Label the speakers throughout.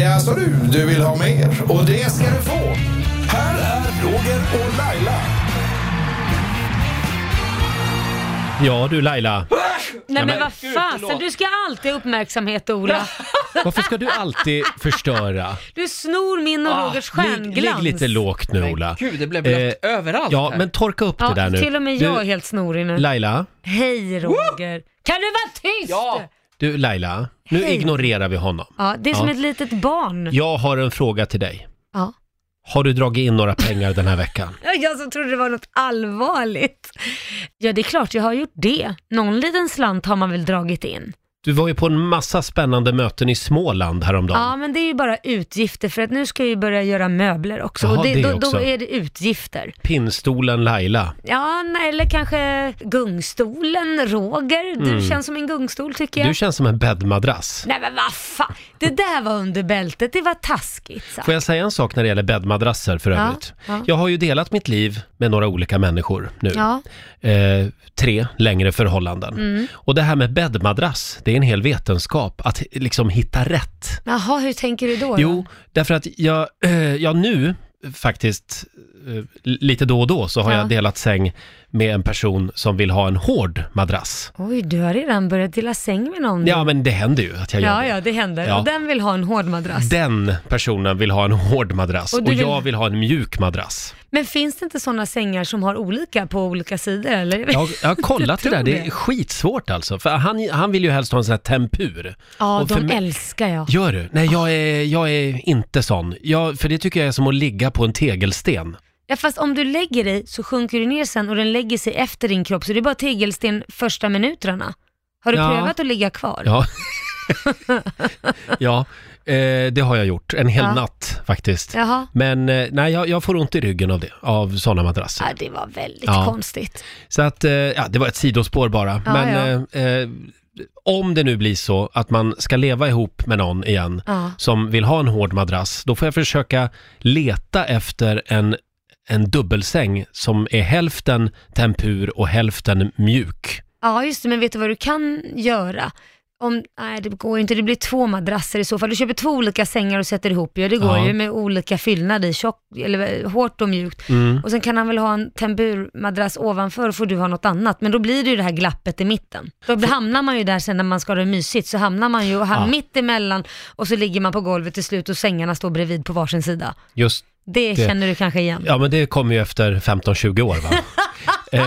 Speaker 1: Jaså du, du vill ha mer? Och det ska du få. Här är Roger och Laila.
Speaker 2: Ja du Laila,
Speaker 3: Nej men
Speaker 2: men-
Speaker 3: vad fasen, du ska alltid ha uppmärksamhet Ola.
Speaker 2: varför ska du alltid förstöra?
Speaker 3: Du snor min och Rogers
Speaker 2: Ah, Ligg, ligg
Speaker 3: stjärnglans.
Speaker 2: lite lågt nu
Speaker 4: Men
Speaker 2: Ola. Eh,
Speaker 4: gud, det blev blött överallt
Speaker 2: Ja,
Speaker 4: här.
Speaker 2: men torka upp
Speaker 3: Ja,
Speaker 2: det där nu.
Speaker 3: till och med jag är
Speaker 2: Du,
Speaker 3: helt snorig nu.
Speaker 2: Laila,
Speaker 3: Hej Roger! Kan du vara tyst?
Speaker 4: Ja.
Speaker 2: du Laila, nu
Speaker 3: Hej.
Speaker 2: ignorerar vi honom.
Speaker 3: Ja, det är som
Speaker 2: Ja.
Speaker 3: ett litet barn.
Speaker 2: Jag har en fråga till dig.
Speaker 3: Ja.
Speaker 2: Har du dragit in några pengar den här veckan?
Speaker 3: Jag som trodde det var något allvarligt. Ja, det är klart jag har gjort det. Någon liten slant har man väl dragit in.
Speaker 2: Du var ju på en massa spännande möten i Småland häromdagen.
Speaker 3: Ja, men det är ju bara utgifter för att nu ska jag ju börja göra möbler också.
Speaker 2: Jaha,
Speaker 3: och det,
Speaker 2: det
Speaker 3: då,
Speaker 2: också.
Speaker 3: då är det utgifter.
Speaker 2: Pinnstolen Laila.
Speaker 3: Ja, nej, eller kanske gungstolen Roger. Du känns som en gungstol tycker jag.
Speaker 2: Mm. Du känns som en bäddmadrass.
Speaker 3: Nej men vad fan, det där var under bältet, det var taskigt. alltså. Så.
Speaker 2: Får jag säga en sak när det gäller bäddmadrasser för
Speaker 3: Ja,
Speaker 2: övrigt?
Speaker 3: ja.
Speaker 2: Jag har ju delat mitt liv med några olika människor nu.
Speaker 3: Ja,
Speaker 2: eh, tre längre förhållanden.
Speaker 3: Mm.
Speaker 2: Och det här med bäddmadrass, det är en hel vetenskap att liksom hitta rätt.
Speaker 3: jaha hur tänker du då? då?
Speaker 2: Jo, därför att jag, eh, jag nu faktiskt eh, lite då och då så har
Speaker 3: Ja.
Speaker 2: jag delat säng med en person som vill ha en hård madrass.
Speaker 3: Oj, du har redan börjat dela säng med någon.
Speaker 2: Ja, men det händer ju att jag gör
Speaker 3: Mm.
Speaker 2: det.
Speaker 3: ja, ja, det händer.
Speaker 2: Ja.
Speaker 3: Och den vill ha en hård madrass.
Speaker 2: Den personen vill ha en hård madrass
Speaker 3: Och
Speaker 2: och,
Speaker 3: du vill-
Speaker 2: jag vill ha en mjuk madrass.
Speaker 3: Men finns det inte sådana sängar som har olika på olika sidor eller?
Speaker 2: Jag, jag har kollat det
Speaker 3: tror
Speaker 2: där, det är
Speaker 3: det.
Speaker 2: skitsvårt alltså. För han, han vill ju helst ha en sån här tempur.
Speaker 3: Ja,
Speaker 2: Och för
Speaker 3: de
Speaker 2: mig-
Speaker 3: älskar jag.
Speaker 2: Gör du? Nej, jag är, jag är inte sån. Jag, för det tycker jag är som att ligga på en tegelsten.
Speaker 3: Ja, fast om du lägger dig så sjunker du ner sen och den lägger sig efter din kropp så det är bara tegelsten första minuterna. Har du
Speaker 2: Ja.
Speaker 3: prövat att ligga kvar?
Speaker 2: Ja, ja eh, det har jag gjort. En hel
Speaker 3: Ja.
Speaker 2: natt faktiskt.
Speaker 3: Jaha.
Speaker 2: Men eh, nej, jag, jag får ont i ryggen av det, av såna madrasser.
Speaker 3: Ja, det var väldigt
Speaker 2: typ. Ja.
Speaker 3: konstigt.
Speaker 2: Så att, eh, ja, det var ett sidospår bara.
Speaker 3: Ja,
Speaker 2: Men Eh, eh, om det nu blir så att man ska leva ihop med någon igen
Speaker 3: Ja.
Speaker 2: som vill ha en hård madrass, då får jag försöka leta efter en, en dubbelsäng som är hälften tempur och hälften mjuk.
Speaker 3: Ja, just det, men vet du vad du kan göra? Om, nej, det går ju inte. Det blir två madrasser i så fall. Du köper två olika sängar och sätter ihop. Ja, det går
Speaker 2: Ja.
Speaker 3: ju med olika fyllnad i, tjock, eller eh, hårt och mjukt.
Speaker 2: Mm.
Speaker 3: Och sen kan han väl ha en temburmadrass ovanför och får du ha något annat. Men då blir det ju det här glappet i mitten. Då blir- hamnar man ju där sen när man ska ha det mysigt, så hamnar man ju här
Speaker 2: Ja.
Speaker 3: mitt emellan och så ligger man på golvet till slut och sängarna står bredvid på varsin sida.
Speaker 2: Just
Speaker 3: Det,
Speaker 2: Det-
Speaker 3: känner du kanske igen.
Speaker 2: Ja, men det kommer ju efter 15-20 år, va? eh,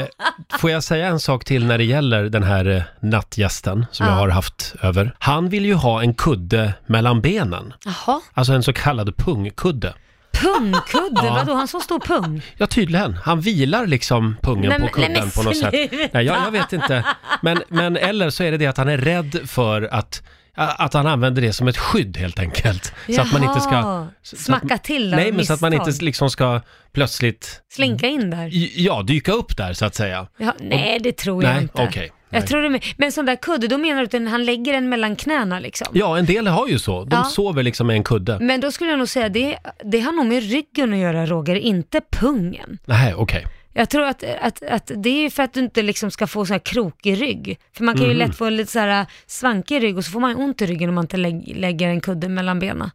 Speaker 2: får jag säga en sak till när det gäller den här eh, nattgästen som jag
Speaker 3: Ja.
Speaker 2: har haft över? Han vill ju ha en kudde mellan benen,
Speaker 3: Jaha,
Speaker 2: alltså en så kallad pungkudde.
Speaker 3: pungkudde, vadå? Han så stor pung?
Speaker 2: Ja, tydligen. Han vilar liksom pungen
Speaker 3: Nej,
Speaker 2: på
Speaker 3: men- nej,
Speaker 2: kudden
Speaker 3: men
Speaker 2: på något sätt.
Speaker 3: sluta.
Speaker 2: Nej, jag, jag vet inte. Men, men eller så är det det att han är rädd för att att han använder det som ett skydd helt enkelt. Så att man inte ska...
Speaker 3: Jaha.
Speaker 2: så- så
Speaker 3: Smacka
Speaker 2: att,
Speaker 3: till där
Speaker 2: Nej,
Speaker 3: av
Speaker 2: men så att man inte
Speaker 3: misstag.
Speaker 2: liksom ska plötsligt,
Speaker 3: Slinka in där?
Speaker 2: ja, dyka upp där så att säga.
Speaker 3: Ja, nej, det tror jag
Speaker 2: Nej,
Speaker 3: inte.
Speaker 2: okej. Nej.
Speaker 3: Jag tror det med, men sån där kudde, då menar du att den- han lägger den mellan knäna liksom?
Speaker 2: Ja, en del har ju så. De
Speaker 3: Ja.
Speaker 2: sover liksom med en kudde.
Speaker 3: Men då skulle jag nog säga det, det har nog med ryggen att göra Roger, inte pungen.
Speaker 2: Nej, okej.
Speaker 3: Jag tror att, att, att det är för att du inte liksom ska få så här krokig rygg. För man kan
Speaker 2: Mhm.
Speaker 3: ju lätt få en lite så här äh, svankig rygg och så får man ont i ryggen om man inte lägg, lägger en kudde mellan benen.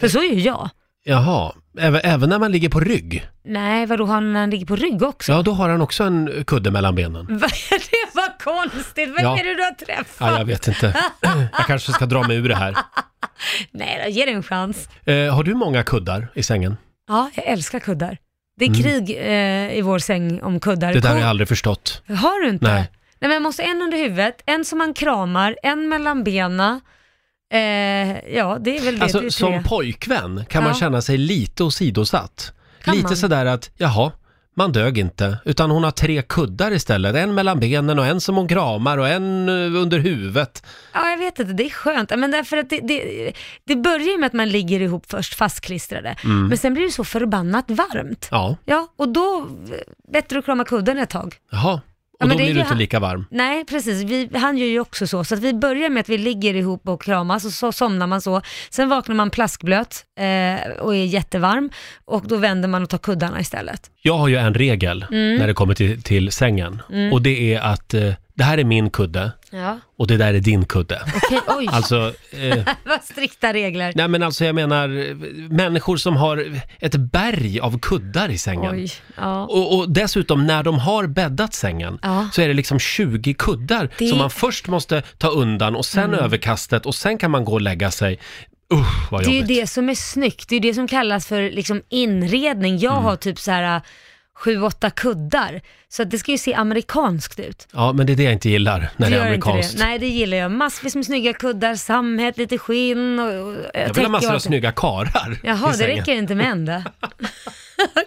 Speaker 3: För så är ju jag.
Speaker 2: Jaha, även, även när man ligger på rygg?
Speaker 3: Nej, vadå, har han när han ligger på rygg också?
Speaker 2: Ja, då har han också en kudde mellan benen.
Speaker 3: det var konstigt, vem
Speaker 2: Ja.
Speaker 3: är det du har träffat?
Speaker 2: Ja, jag vet inte. Jag kanske ska dra mig ur det här.
Speaker 3: Nej då, ge det en chans.
Speaker 2: Eh, har du många kuddar i sängen?
Speaker 3: Ja, jag älskar kuddar. Det är krig eh, i vår säng om kuddar.
Speaker 2: Mm. Det där har
Speaker 3: Ko-
Speaker 2: jag aldrig förstått.
Speaker 3: Har du inte?
Speaker 2: Nej.
Speaker 3: Nej. Nej, men jag måste ha en under huvudet, en som man kramar, en mellan benen. Eh, ja, det är väl det. det är
Speaker 2: Alltså,
Speaker 3: tre.
Speaker 2: som pojkvän kan man
Speaker 3: Ja.
Speaker 2: känna sig lite åsidosatt.
Speaker 3: Kan
Speaker 2: lite
Speaker 3: man?
Speaker 2: sådär att, jaha, man dög inte. Utan hon har tre kuddar istället. En mellan benen och en som hon kramar och en eh, under huvudet.
Speaker 3: Ja, jag vet inte, det är skönt. Ja, Men därför att det, det, det börjar ju med att man ligger ihop först, fastklistrade.
Speaker 2: Mm.
Speaker 3: Men sen blir det så förbannat varmt. Ja,
Speaker 2: Ja,
Speaker 3: och då, eh, bättre att krama kudden ett tag.
Speaker 2: jaha. Och
Speaker 3: men
Speaker 2: då
Speaker 3: det är
Speaker 2: blir
Speaker 3: ju
Speaker 2: du inte
Speaker 3: han-
Speaker 2: lika varm.
Speaker 3: Nej, precis. Vi, han gör ju också så. Så att vi börjar med att vi ligger ihop och kramas och så somnar man så. Sen vaknar man plaskblöt eh, och är jättevarm och då vänder man och tar kuddarna istället. Mm.
Speaker 2: Jag har ju en regel när det kommer till, till sängen och det är att eh, det här är min kudde
Speaker 3: Ja,
Speaker 2: och det där är din kudde.
Speaker 3: okej, oj.
Speaker 2: Alltså, eh,
Speaker 3: Vad strikta regler.
Speaker 2: nej men alltså jag menar eh, människor som har ett berg av kuddar i sängen.
Speaker 3: Oj, ja.
Speaker 2: Och, och dessutom när de har bäddat sängen
Speaker 3: Ja.
Speaker 2: så är det liksom 20 kuddar
Speaker 3: Det- Mm.
Speaker 2: som man först måste ta undan och sen överkastet och sen kan man gå och lägga sig. Usch vad
Speaker 3: Det är ju
Speaker 2: jobbigt.
Speaker 3: det som är snyggt, det är ju det som kallas för liksom inredning. Jag
Speaker 2: Mm.
Speaker 3: har typ så här äh, sju, åtta kuddar. Så att det ska ju se amerikanskt ut.
Speaker 2: Ja, men det är det jag inte gillar när
Speaker 3: Du
Speaker 2: det är
Speaker 3: gör inte
Speaker 2: amerikanskt.
Speaker 3: Det. Nej, det gillar jag. Massvis med snygga kuddar, sammet, lite skinn och, och
Speaker 2: jag vill ha massor av snygga karar
Speaker 3: Jaha,
Speaker 2: i
Speaker 3: det
Speaker 2: sängen.
Speaker 3: räcker inte med en då.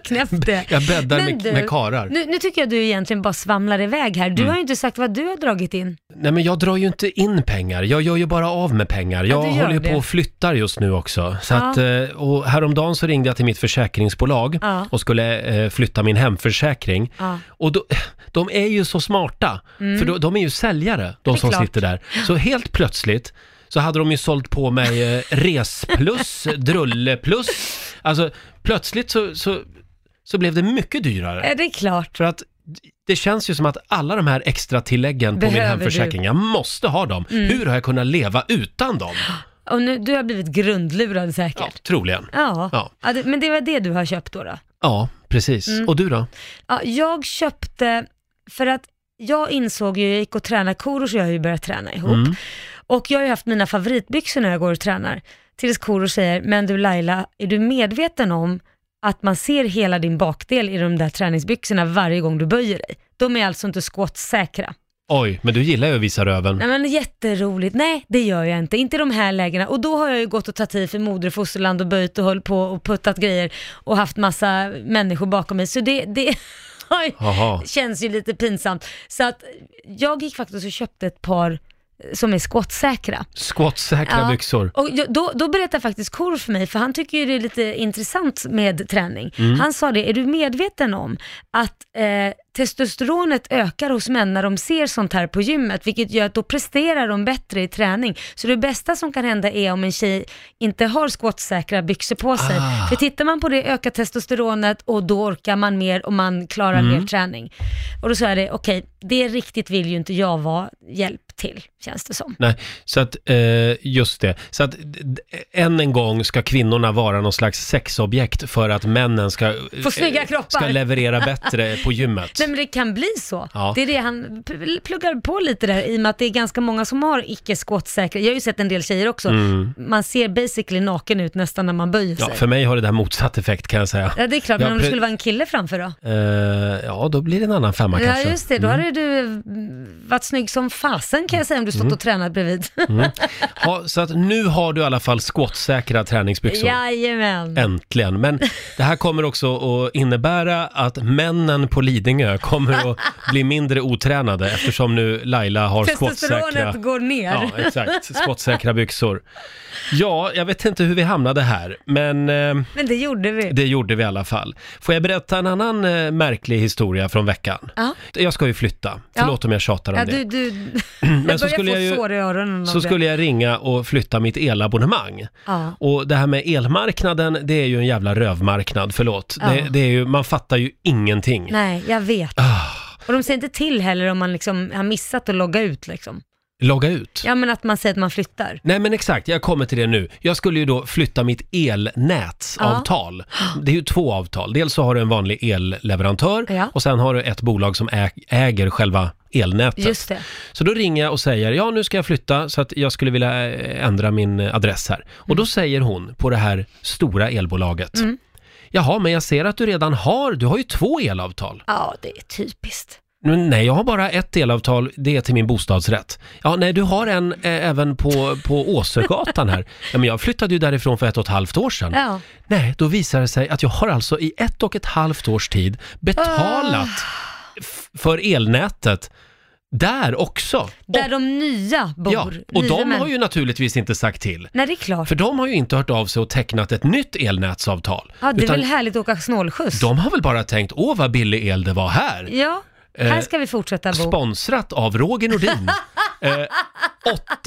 Speaker 3: Knäppt det.
Speaker 2: Jag bäddar
Speaker 3: Men
Speaker 2: med,
Speaker 3: du,
Speaker 2: med karar. Mm.
Speaker 3: Nu, nu tycker jag du egentligen bara svamlar iväg här. Du har ju inte sagt vad du har dragit in.
Speaker 2: Nej, men jag drar ju inte in pengar. Jag gör ju bara av med pengar. Jag
Speaker 3: du gör
Speaker 2: håller ju
Speaker 3: det.
Speaker 2: på och flyttar just nu också. Så
Speaker 3: Ja.
Speaker 2: att, eh, och häromdagen så ringde jag till mitt försäkringsbolag
Speaker 3: Ja.
Speaker 2: och skulle eh, flytta min hemförsäkring.
Speaker 3: Ja. Mm.
Speaker 2: Och då, de är ju så smarta, för då, de är ju säljare, de
Speaker 3: är
Speaker 2: som
Speaker 3: klart.
Speaker 2: sitter där. Så helt plötsligt så hade de ju sålt på mig eh, resplus, drulleplus. Alltså plötsligt så, så, så blev det mycket dyrare.
Speaker 3: Är det klart?
Speaker 2: För att det känns ju som att alla de här extra tilläggen på min
Speaker 3: Behöver Mm.
Speaker 2: hemförsäkring, jag måste ha dem. Hur har jag kunnat leva utan dem?
Speaker 3: Och nu, du har blivit grundlurad
Speaker 2: Ja,
Speaker 3: säkert.
Speaker 2: troligen.
Speaker 3: Ja.
Speaker 2: Ja.
Speaker 3: ja. det, men det var det du har köpt då? då?
Speaker 2: Ja, precis.
Speaker 3: Mm.
Speaker 2: Och du då?
Speaker 3: Ja, jag köpte, för att jag insåg ju, jag gick och tränade Korosh och jag har ju börjat träna ihop. Och jag har ju haft mina favoritbyxor när jag går och tränar. Tills Korosh säger, men du Laila, är du medveten om att man ser hela din bakdel i de där träningsbyxorna varje gång du böjer dig? De är alltså inte skottsäkra.
Speaker 2: Oj, men du gillar ju att visa röven.
Speaker 3: Nej men jätteroligt, nej det gör jag inte, inte i de här lägena. Och då har jag ju gått och tagit i för moder och fosterland och böjt och höll på och puttat grejer och haft massa människor bakom mig. Så det, det har ju
Speaker 2: Jaha.
Speaker 3: känns ju lite pinsamt. Så att jag gick faktiskt och köpte ett par eh, som är skottsäkra.
Speaker 2: Skottsäkra
Speaker 3: Ja.
Speaker 2: byxor.
Speaker 3: Och jag- då, då berättar faktiskt Kor för mig, för han tycker ju det är lite intressant med träning.
Speaker 2: Mm.
Speaker 3: Han sa det, är du medveten om att eh, testosteronet ökar hos män när de ser sånt här på gymmet, vilket gör att då presterar de bättre i träning. Så det bästa som kan hända är om en tjej inte har skottsäkra byxor på sig.
Speaker 2: Ah.
Speaker 3: För tittar man på det ökar testosteronet och då orkar man mer och man klarar
Speaker 2: Mm.
Speaker 3: mer träning. Och då sa jag det, okej, det riktigt vill ju inte jag vara hjälp till, känns det som.
Speaker 2: Nej, så att, eh, just det. Så att d- d- än en gång ska kvinnorna vara någon slags sexobjekt för att männen ska, eh,
Speaker 3: Få snygga kroppar.
Speaker 2: ska leverera bättre på gymmet.
Speaker 3: Nej men det kan bli så.
Speaker 2: Ja.
Speaker 3: Det är det han p- pluggar på lite där i och med att det är ganska många som har icke skottsäkra, jag har ju sett en del tjejer också, man ser basically naken ut nästan när man böjer
Speaker 2: Mm. Ja,
Speaker 3: sig.
Speaker 2: för mig har det där motsatt effekt kan jag säga.
Speaker 3: Ja det är klart,
Speaker 2: Ja,
Speaker 3: men om det
Speaker 2: pre-
Speaker 3: skulle vara en kille framför då?
Speaker 2: Eh, ja, då blir det en annan femma kanske.
Speaker 3: Ja just det, då hade du mm, varit snygg som fasen kan jag säga om du stått
Speaker 2: Mm.
Speaker 3: och tränat bredvid.
Speaker 2: Ha, så att nu har du i alla fall skottsäkra träningsbyxor.
Speaker 3: Jajamän.
Speaker 2: Äntligen. Men det här kommer också att innebära att männen på Lidingö kommer att bli mindre otränade eftersom nu Laila har skottsäkra...
Speaker 3: Testosteronet går ner.
Speaker 2: Ja, exakt. Skottsäkra byxor. Ja, jag vet inte hur vi hamnade här, men eh,
Speaker 3: Men det gjorde vi.
Speaker 2: det gjorde vi i alla fall. Får jag berätta en annan eh, märklig historia från veckan?
Speaker 3: Ja.
Speaker 2: Jag ska ju flytta.
Speaker 3: Ja.
Speaker 2: Förlåt om jag tjatar om
Speaker 3: Ja,
Speaker 2: det.
Speaker 3: du, du...
Speaker 2: Men
Speaker 3: jag
Speaker 2: så
Speaker 3: börjar
Speaker 2: skulle
Speaker 3: få
Speaker 2: jag ju-
Speaker 3: sår i öronen
Speaker 2: så
Speaker 3: av det.
Speaker 2: skulle jag ringa och flytta mitt elabonnemang.
Speaker 3: Ja.
Speaker 2: Och det här med elmarknaden, det är ju en jävla rövmarknad, förlåt.
Speaker 3: Ja.
Speaker 2: Det, det är ju, man fattar ju ingenting. Ah,
Speaker 3: Nej, jag vet. Och de säger inte till heller om man liksom har missat att logga ut liksom.
Speaker 2: Logga ut.
Speaker 3: Ja men att man säger att man flyttar.
Speaker 2: Nej men exakt, jag kommer till det nu. Jag skulle ju då flytta mitt elnätsavtal. Det är ju två avtal. Dels så har du en vanlig elleverantör
Speaker 3: Ja.
Speaker 2: och sen har du ett bolag som ä- äger själva elnätet.
Speaker 3: Just det.
Speaker 2: Så då ringer jag och säger, ja nu ska jag flytta så att jag skulle vilja eh, ändra min eh, adress här.
Speaker 3: Mm.
Speaker 2: Och då säger hon på det här stora elbolaget, jaha men jag ser att du redan har, du har ju två elavtal.
Speaker 3: Ja, det är typiskt.
Speaker 2: Men nej jag har bara ett elavtal, det är till min bostadsrätt. Ja nej du har en eh, även på, på Åsögatan här. Ja, men jag flyttade ju därifrån för ett och ett halvt år sedan.
Speaker 3: Ja.
Speaker 2: Nej, då visar det sig att jag har alltså i ett och ett halvt års tid betalat
Speaker 3: Ah.
Speaker 2: f- för elnätet där också.
Speaker 3: Där de nya bor.
Speaker 2: Ja, och
Speaker 3: nya
Speaker 2: de
Speaker 3: män-
Speaker 2: har ju naturligtvis inte sagt till.
Speaker 3: Nej, det är klart.
Speaker 2: För de har ju inte hört av sig och tecknat ett nytt elnätsavtal.
Speaker 3: Ja, det är
Speaker 2: utan
Speaker 3: väl härligt att åka snålskjuts?
Speaker 2: de har väl bara tänkt, åh vad billig el det var här.
Speaker 3: Ja,
Speaker 2: Eh,
Speaker 3: här ska vi fortsätta bo.
Speaker 2: Sponsrat av Roger Nordin. eh,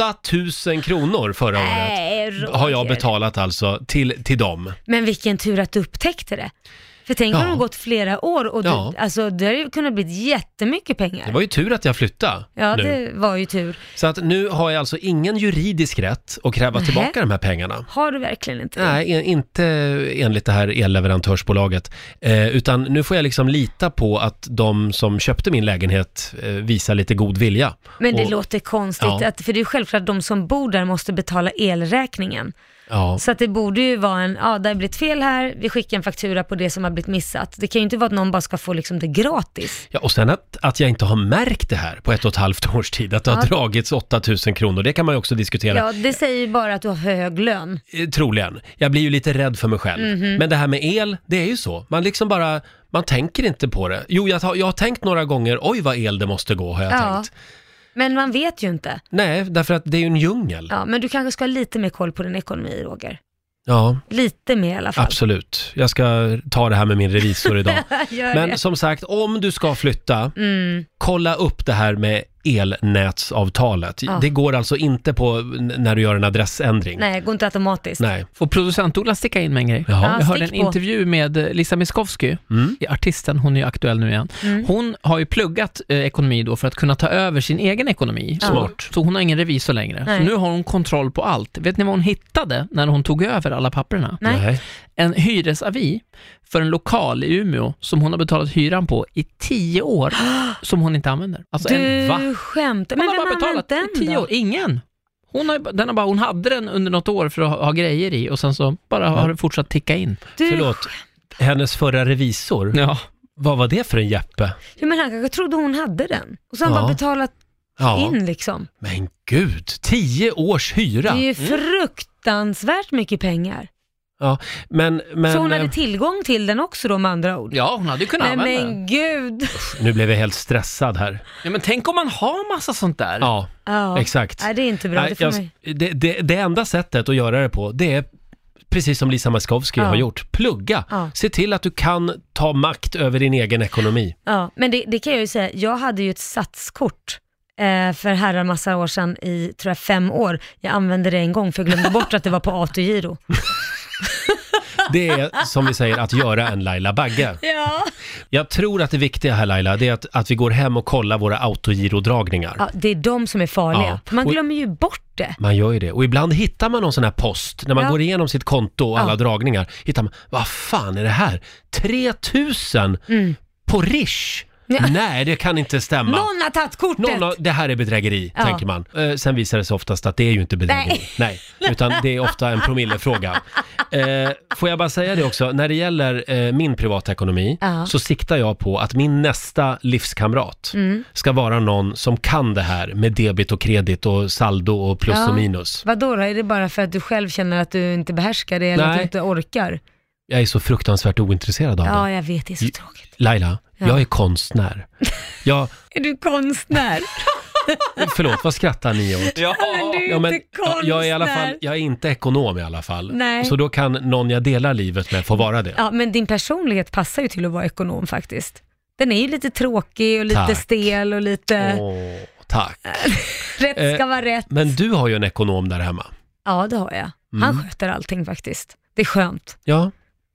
Speaker 2: 8000 kronor förra året
Speaker 3: Nej, Roger.
Speaker 2: har jag betalat alltså till, till dem.
Speaker 3: Men vilken tur att du upptäckte det. För tänk om
Speaker 2: Ja.
Speaker 3: det har gått flera år och du,
Speaker 2: Ja.
Speaker 3: alltså, det hade ju kunnat bli jättemycket pengar.
Speaker 2: Det var ju tur att jag flyttade
Speaker 3: ja,
Speaker 2: nu.
Speaker 3: det var ju tur.
Speaker 2: Så att nu har jag alltså ingen juridisk rätt att kräva
Speaker 3: Nähä.
Speaker 2: tillbaka de här pengarna.
Speaker 3: Har du verkligen inte det?
Speaker 2: Nej, en- inte enligt det här elleverantörsbolaget. Eh, utan nu får jag liksom lita på att de som köpte min lägenhet eh, visar lite god vilja.
Speaker 3: Men det
Speaker 2: Och-
Speaker 3: låter konstigt,
Speaker 2: Ja.
Speaker 3: att, för det är ju självklart att de som bor där måste betala elräkningen.
Speaker 2: Ja.
Speaker 3: Så att det borde ju vara en, ja det har blivit fel här, vi skickar en faktura på det som har blivit missat. Det kan ju inte vara att någon bara ska få liksom det gratis.
Speaker 2: ja, och sen att, att jag inte har märkt det här på ett och ett halvt års tid, att det har
Speaker 3: Ja.
Speaker 2: dragits 8000 kronor, det kan man ju också diskutera.
Speaker 3: Ja, det säger ju bara att du har för hög lön.
Speaker 2: Eh, Troligen. Jag blir ju lite rädd för mig själv.
Speaker 3: Mhm.
Speaker 2: Men det här med el, det är ju så. Man liksom bara, man tänker inte på det. Jo, jag, har- jag har tänkt några gånger, oj vad el det måste gå, har jag
Speaker 3: Ja.
Speaker 2: tänkt.
Speaker 3: Men man vet ju inte.
Speaker 2: Nej, därför att det är ju en djungel.
Speaker 3: Ja, men du kanske ska ha lite mer koll på din ekonomi, Roger.
Speaker 2: ja.
Speaker 3: Lite mer i alla fall.
Speaker 2: Absolut. Jag ska ta det här med min revisor idag.
Speaker 3: Gör
Speaker 2: Men
Speaker 3: det.
Speaker 2: som sagt, om du ska flytta,
Speaker 3: Mm.
Speaker 2: kolla upp det här med elnätsavtalet.
Speaker 3: Ja.
Speaker 2: Det går alltså inte på n- när du gör en adressändring.
Speaker 3: Nej, går inte automatiskt.
Speaker 2: Nej.
Speaker 4: Får producent-Ola sticka in med en grej?
Speaker 2: Jaha.
Speaker 4: Jag hörde en
Speaker 3: stick på.
Speaker 4: intervju med eh, Lisa Miskovsky,
Speaker 2: Mm.
Speaker 4: artisten, hon är ju aktuell nu igen.
Speaker 3: Mm.
Speaker 4: Hon har ju pluggat eh, ekonomi då för att kunna ta över sin egen ekonomi. Så-
Speaker 2: Smart.
Speaker 4: Så hon har ingen revisor längre.
Speaker 3: Nej.
Speaker 4: Så nu har hon kontroll på allt. Vet ni vad hon hittade när hon tog över alla papperna?
Speaker 3: Nej.
Speaker 4: En hyresavi för en lokal i Umeå som hon har betalat hyran på i tio år, som hon inte använder. Alltså en,
Speaker 2: va?
Speaker 3: Du skämtar. Men
Speaker 4: hon
Speaker 3: vem
Speaker 4: har
Speaker 3: har
Speaker 4: bara
Speaker 3: använt
Speaker 4: betalat
Speaker 3: den
Speaker 4: i tio
Speaker 3: då?
Speaker 4: år. Ingen. Hon, har, den har bara, hon hade den under något år för att ha, ha grejer i och sen så bara har den fortsatt ticka in.
Speaker 3: Du,
Speaker 2: Förlåt. Hennes förra revisor,
Speaker 4: Ja.
Speaker 2: vad var det för en jeppe?
Speaker 3: Ja, men han kanske trodde hon hade den. Och så har han
Speaker 2: Ja.
Speaker 3: bara betalat
Speaker 2: Ja,
Speaker 3: in liksom.
Speaker 2: men gud, tio års hyra.
Speaker 3: Det är ju fruktansvärt mycket pengar.
Speaker 2: Ja, men,
Speaker 3: så hon
Speaker 2: men
Speaker 3: hade
Speaker 2: eh,
Speaker 3: tillgång till den också då med andra ord.
Speaker 4: ja, hon hade ju kunnat
Speaker 3: Nej
Speaker 4: använda den.
Speaker 2: eh,
Speaker 3: men gud.
Speaker 2: nu blev jag helt stressad här.
Speaker 4: Ja, men tänk om man har massa sånt där.
Speaker 2: Ja,
Speaker 3: Ja.
Speaker 2: exakt.
Speaker 3: Nej, det är inte bra.
Speaker 2: Nej,
Speaker 3: det får
Speaker 2: jag-
Speaker 3: man...
Speaker 2: det, det, det enda sättet att göra det på, det är precis som Lisa Miskovsky
Speaker 3: Ja.
Speaker 2: har gjort. Plugga!
Speaker 3: Ja.
Speaker 2: Se till att du kan ta makt över din egen ekonomi.
Speaker 3: ja. Men det, det kan jag ju säga, jag hade ju ett satskort eh, för herrar massa år sedan i, tror jag, fem år. Jag använde det en gång för jag glömde bort att det var på autogiro.
Speaker 2: Det är som vi säger, att göra en Laila Bagge.
Speaker 3: Ja.
Speaker 2: Jag tror att det viktiga här Laila, det är att, att vi går hem och kollar våra autogirodragningar.
Speaker 3: ja. Det är de som är farliga.
Speaker 2: Ja.
Speaker 3: Man
Speaker 2: Och-
Speaker 3: glömmer ju bort det.
Speaker 2: Man gör ju det. Och ibland hittar man någon sån här post, när man
Speaker 3: Ja.
Speaker 2: går igenom sitt konto och alla
Speaker 3: Ja.
Speaker 2: dragningar, hittar man, vad fan är det här? 3000 på Rish?
Speaker 3: Mm. Ja.
Speaker 2: Nej, det kan inte stämma.
Speaker 3: Någon har tagit kortet!
Speaker 2: Någon har, det här är bedrägeri,
Speaker 3: Ja.
Speaker 2: tänker man. Eh, sen visar det sig oftast att det är ju inte bedrägeri. Nej.
Speaker 3: Nej.
Speaker 2: utan det är ofta en promillefråga. Eh, får jag bara säga det också, när det gäller eh, min privatekonomi
Speaker 3: Ja.
Speaker 2: så siktar jag på att min nästa livskamrat
Speaker 3: Mm.
Speaker 2: ska vara någon som kan det här med debit och kredit och saldo och plus
Speaker 3: Ja.
Speaker 2: och minus.
Speaker 3: Vadå då? Är det bara för att du själv känner att du inte behärskar det eller att
Speaker 2: Nej.
Speaker 3: du inte orkar?
Speaker 2: Jag är så fruktansvärt ointresserad av
Speaker 3: Ja,
Speaker 2: det.
Speaker 3: jag vet. Det är så
Speaker 2: J-
Speaker 3: tråkigt.
Speaker 2: Laila,
Speaker 3: Ja.
Speaker 2: jag är konstnär. Jag,
Speaker 3: Är du konstnär?
Speaker 2: förlåt, vad skrattar ni åt?
Speaker 4: Ja.
Speaker 3: Men du är
Speaker 2: Ja, men,
Speaker 3: inte
Speaker 2: ja,
Speaker 3: konstnär.
Speaker 2: jag, är i alla fall, jag är inte ekonom i alla fall.
Speaker 3: Nej.
Speaker 2: Så då kan någon jag delar livet med få vara det.
Speaker 3: Ja, men din personlighet passar ju till att vara ekonom faktiskt. Den är ju lite tråkig och lite
Speaker 2: Tack.
Speaker 3: stel och lite
Speaker 2: Åh, tack.
Speaker 3: rätt ska vara rätt.
Speaker 2: Men du har ju en ekonom där hemma.
Speaker 3: Ja, det har jag.
Speaker 2: Mm.
Speaker 3: Han sköter allting faktiskt. Det är skönt.
Speaker 2: Ja,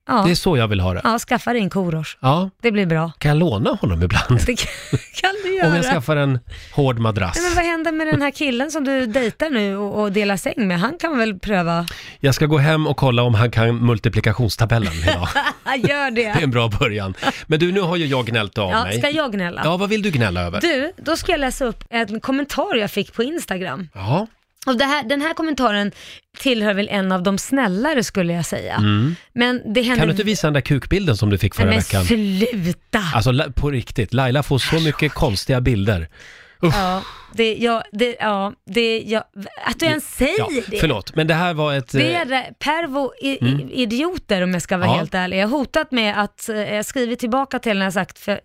Speaker 3: Ja,
Speaker 2: det är så jag vill ha det.
Speaker 3: ja skaffa dig en korosh.
Speaker 2: Ja,
Speaker 3: Det blir bra.
Speaker 2: kan jag låna honom ibland?
Speaker 3: Det kan, kan du göra.
Speaker 2: Om jag skaffar en hård madrass.
Speaker 3: Nej, men vad händer med den här killen som du dejtar nu och, och delar säng med? Han kan väl pröva?
Speaker 2: Jag ska gå hem och kolla om han kan multiplikationstabellen idag.
Speaker 3: Gör
Speaker 2: Det är
Speaker 3: det.
Speaker 2: en bra början. Men du, nu har ju jag gnällt av
Speaker 3: Ja,
Speaker 2: mig.
Speaker 3: ska jag gnälla?
Speaker 2: Ja, vad vill du gnälla över?
Speaker 3: Du, då ska jag läsa upp en kommentar jag fick på Instagram.
Speaker 2: Ja,
Speaker 3: Och det här, den här kommentaren tillhör väl en av de snällare skulle jag säga. Men det händer...
Speaker 2: Mm. kan du inte visa den där kukbilden som du fick förra
Speaker 3: Nej, men
Speaker 2: veckan?
Speaker 3: sluta!
Speaker 2: Alltså la- på riktigt, Laila får så mycket konstiga bilder.
Speaker 3: Ja, det, ja, det, ja, det, ja, att du ens säger
Speaker 2: Ja,
Speaker 3: det.
Speaker 2: förlåt, men det här var ett...
Speaker 3: Det
Speaker 2: eh,
Speaker 3: är det- pervo-idioter om jag ska vara
Speaker 2: Mm. Ja.
Speaker 3: helt ärlig. Jag har hotat med att, eh, jag skriver tillbaka till henne och jag sagt, för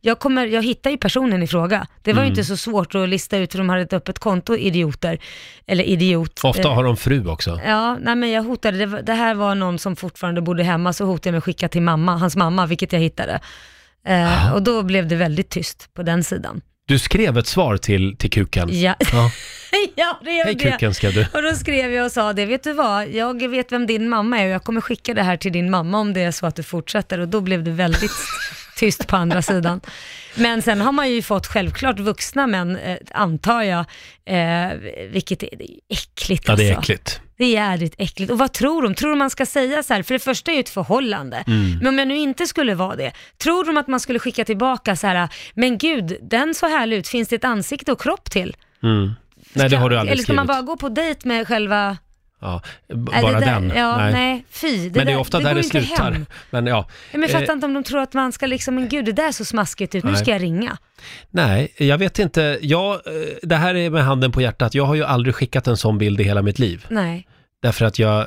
Speaker 3: jag, kommer, jag hittar ju personen i fråga. Det
Speaker 2: Mm.
Speaker 3: var ju inte så svårt att lista ut hur de hade ett öppet konto, idioter. Eller idiot.
Speaker 2: Ofta
Speaker 3: Eh,
Speaker 2: har de fru också.
Speaker 3: Ja, nej men jag hotade, det, var- det här var någon som fortfarande bodde hemma, så hotade jag med att skicka till mamma, hans mamma, vilket jag hittade. Eh, och då blev det väldigt tyst på den sidan.
Speaker 2: Du skrev ett svar till, till kuken.
Speaker 3: Ja,
Speaker 2: Ja.
Speaker 3: ja det
Speaker 2: Hej
Speaker 3: gjorde jag.
Speaker 2: kuken skrev du.
Speaker 3: Och då skrev jag och sa det, vet du vad, jag vet vem din mamma är och jag kommer skicka det här till din mamma om det är så att du fortsätter. Och då blev det väldigt tyst på andra sidan. Men sen har man ju fått självklart vuxna män, eh, antar jag, eh, vilket är, det är ju äckligt
Speaker 2: Ja, det är
Speaker 3: alltså.
Speaker 2: äckligt.
Speaker 3: Det är jävligt äckligt. Och vad tror de? Tror de man ska säga så här? För det första är ju ett förhållande.
Speaker 2: Mm.
Speaker 3: Men om jag nu inte skulle vara det, tror de att man skulle skicka tillbaka så här, men gud, den så härlig ut, finns det ett ansikte och kropp till?
Speaker 2: Mm. Nej, det har du aldrig
Speaker 3: Eller ska man
Speaker 2: skrivit.
Speaker 3: bara gå på dejt med själva...
Speaker 2: Ja, b-
Speaker 3: Nej,
Speaker 2: bara
Speaker 3: det där,
Speaker 2: den.
Speaker 3: Ja, nej.
Speaker 2: nej.
Speaker 3: fy. Det
Speaker 2: Men det är
Speaker 3: där-
Speaker 2: ofta
Speaker 3: det
Speaker 2: där det
Speaker 3: går ju inte
Speaker 2: slutar.
Speaker 3: hem.
Speaker 2: Men ja.
Speaker 3: Men jag
Speaker 2: Eh,
Speaker 3: fattar inte om de tror att man ska liksom, men gud det där är så smaskigt ut, nu
Speaker 2: Nej.
Speaker 3: ska jag ringa.
Speaker 2: Nej, jag vet inte. Jag, eh, det här är med handen på hjärtat. Jag har ju aldrig skickat en sån bild i hela mitt liv.
Speaker 3: Nej,
Speaker 2: Därför att jag... eh,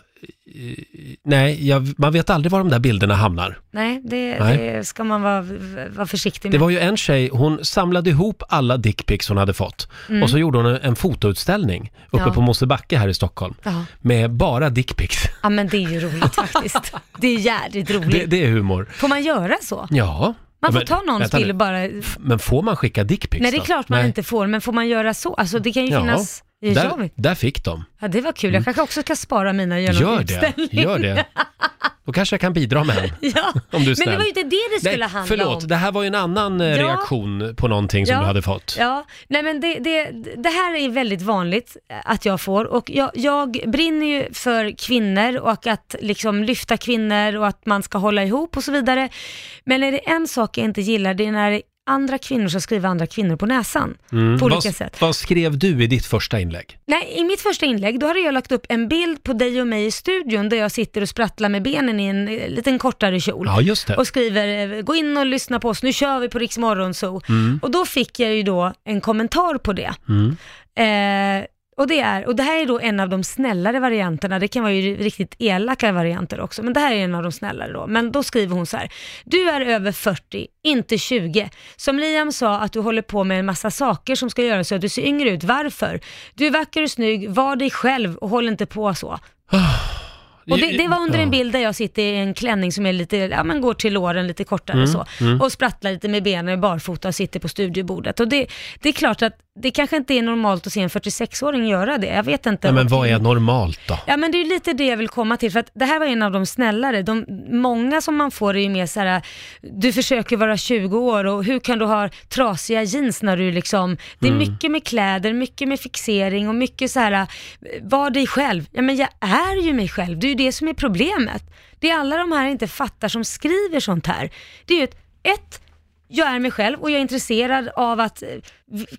Speaker 2: Nej, jag, man vet aldrig var de där bilderna hamnar.
Speaker 3: nej, det,
Speaker 2: Nej.
Speaker 3: det ska man vara, vara försiktig med.
Speaker 2: Det var ju en tjej, hon samlade ihop alla dickpics hon hade fått. Och så gjorde hon en- en fotoutställning uppe
Speaker 3: Mm. Ja.
Speaker 2: på Mosebacke här i Stockholm.
Speaker 3: Ja.
Speaker 2: Med bara dickpics.
Speaker 3: ja, men det är ju roligt faktiskt. Det är jävligt roligt.
Speaker 2: Det, det är humor.
Speaker 3: Får man göra så?
Speaker 2: Ja.
Speaker 3: Man får
Speaker 2: Men-
Speaker 3: ta någons
Speaker 2: vänta nu.
Speaker 3: bild och bara...
Speaker 2: Men får man skicka dickpics
Speaker 3: Nej, det är
Speaker 2: då?
Speaker 3: klart man
Speaker 2: Nej.
Speaker 3: inte får, men får man göra så? Alltså det kan ju
Speaker 2: Ja.
Speaker 3: finnas... Ja,
Speaker 2: Där,
Speaker 3: Där...
Speaker 2: där fick de.
Speaker 3: ja, det var kul. Jag kanske också ska spara mina och göra någon
Speaker 2: Gör det,
Speaker 3: utställning.
Speaker 2: gör det. Då kanske jag kan bidra med en.
Speaker 3: Ja.
Speaker 2: Om du är
Speaker 3: Men det
Speaker 2: snäll.
Speaker 3: var ju inte det det skulle
Speaker 2: Nej,
Speaker 3: handla om.
Speaker 2: förlåt. Det här var ju en annan eh,
Speaker 3: Ja.
Speaker 2: reaktion på någonting som
Speaker 3: Ja.
Speaker 2: du hade fått.
Speaker 3: Ja, nej men det, det, det här är väldigt vanligt eh, att jag får och jag, jag brinner ju för kvinnor och att liksom lyfta kvinnor och att man ska hålla ihop och så vidare. Men är det en sak jag inte gillar, det är när andra kvinnor ska skriva andra kvinnor på näsan på olika
Speaker 2: Mm. vad,
Speaker 3: sätt.
Speaker 2: Vad skrev du i ditt första inlägg?
Speaker 3: Nej, i mitt första inlägg då hade jag lagt upp en bild på dig och mig i studion där jag sitter och sprattlar med benen i en eh, liten kortare kjol
Speaker 2: Ja, just det.
Speaker 3: och skriver eh, gå in och lyssna på oss, nu kör vi på Rix Morgonzoo.
Speaker 2: Mm.
Speaker 3: Och då fick jag ju då en kommentar på det. Eh, och, det är, och det här är då en av de snällare varianterna, det kan vara ju riktigt elaka varianter också, men det här är en av de snällare då. Men då skriver hon så här, du är över 40, inte 20. Som Liam sa att du håller på med en massa saker som ska göra så att du ser yngre ut, varför? Du är vacker och snygg, var dig själv och håll inte på så.
Speaker 2: Ah.
Speaker 3: Och det, det var under en bild där jag sitter i en klänning som är lite, ja men går till låren lite kortare
Speaker 2: Mm,
Speaker 3: och så. Och sprattlar lite med benen barfota och sitter på studiobordet. Och det, det är klart att det kanske inte är normalt att se en 46-åring göra det. Jag vet inte.
Speaker 2: Ja, men vad är normalt då?
Speaker 3: Ja men det är ju lite det jag vill komma till, för att det här var en av de snällare. De, många som man får är ju mer så här, du försöker vara 20 år och hur kan du ha trasiga jeans när du liksom, det är mycket med kläder, mycket med fixering och mycket så här, var dig själv. Ja men jag är ju mig själv, det är ju det som är problemet. Det är alla de här inte fattar som skriver sånt här. Det är ju ett, ett jag är mig själv och jag är intresserad av att eh,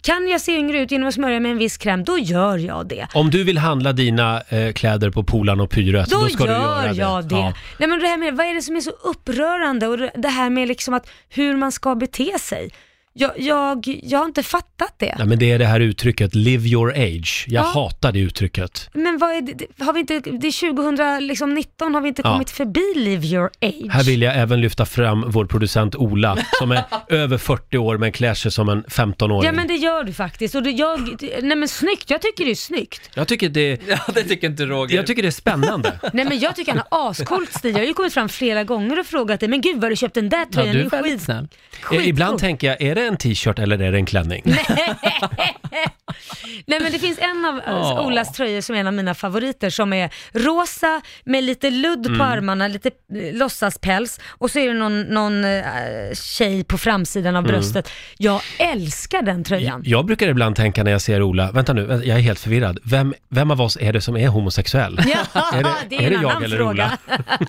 Speaker 3: kan jag se yngre ut genom att smörja med en viss kräm, då gör jag det.
Speaker 2: Om du vill handla dina eh, kläder på Polan och Pyret, då,
Speaker 3: Då,
Speaker 2: ska
Speaker 3: gör
Speaker 2: du göra det.
Speaker 3: jag det.
Speaker 2: Ja.
Speaker 3: Nej, men det här med, vad är det som är så upprörande och det här med liksom att hur man ska bete sig? Jag, jag, jag har inte fattat det.
Speaker 2: Ja, men det är det här uttrycket, live your age. Jag
Speaker 3: Ja.
Speaker 2: hatar det uttrycket.
Speaker 3: Men vad är det, det- har vi inte, det är 2019, har vi inte
Speaker 2: Ja.
Speaker 3: kommit förbi live your age?
Speaker 2: Här vill jag även lyfta fram vår producent Ola, som är över 40 år men klär sig som en 15-åring.
Speaker 3: Ja men det gör du faktiskt. Och det, jag, det- nej men snyggt, jag tycker det är snyggt.
Speaker 2: Jag tycker det,
Speaker 4: Ja, det tycker inte Roger.
Speaker 2: jag tycker det är spännande.
Speaker 3: Nej men jag tycker han har ascoolt stil. Jag har ju kommit fram flera gånger och frågat dig, men gud var har du köpt den där
Speaker 4: ja,
Speaker 3: tröjan?
Speaker 4: du är
Speaker 3: Det är skit,
Speaker 4: väldigt snäll.
Speaker 3: skitcoolt.
Speaker 2: Ibland tänker jag, är det en t-shirt eller är det en klänning?
Speaker 3: Nej men det finns en av eh,
Speaker 4: Åh.
Speaker 3: Olas tröjor som är en av mina favoriter som är rosa med lite ludd
Speaker 2: Mm.
Speaker 3: på armarna, lite eh, låtsaspäls och så är det någon, någon eh, tjej på framsidan
Speaker 2: Mm.
Speaker 3: av bröstet. Jag älskar den tröjan.
Speaker 2: Jag brukar ibland tänka när jag ser Ola, vänta nu, vänta, jag är helt förvirrad. Vem, vem av oss är det som är homosexuell?
Speaker 3: Ja,
Speaker 2: Är det- är det jag eller Ola?